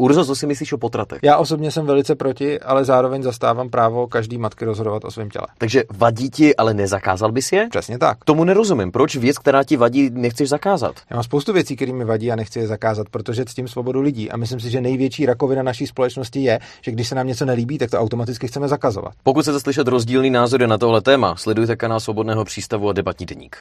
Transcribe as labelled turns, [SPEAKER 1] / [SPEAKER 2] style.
[SPEAKER 1] Urzo, co si myslíš o potratech?
[SPEAKER 2] Já osobně jsem velice proti, ale zároveň zastávám právo každý matky rozhodovat o svém těle.
[SPEAKER 1] Takže vadí ti, ale nezakázal bys je?
[SPEAKER 2] Přesně tak.
[SPEAKER 1] Tomu nerozumím. Proč věc, která ti vadí, nechceš zakázat?
[SPEAKER 2] Já mám spoustu věcí, které mi vadí a nechci je zakázat, protože s tím svobodu lidí. A myslím si, že největší rakovina naší společnosti je, že když se nám něco nelíbí, tak to automaticky chceme zakazovat.
[SPEAKER 1] Pokud chcete slyšet rozdílný názory na tohle téma, sledujte kanál Svobodného přístavu a debatní deník.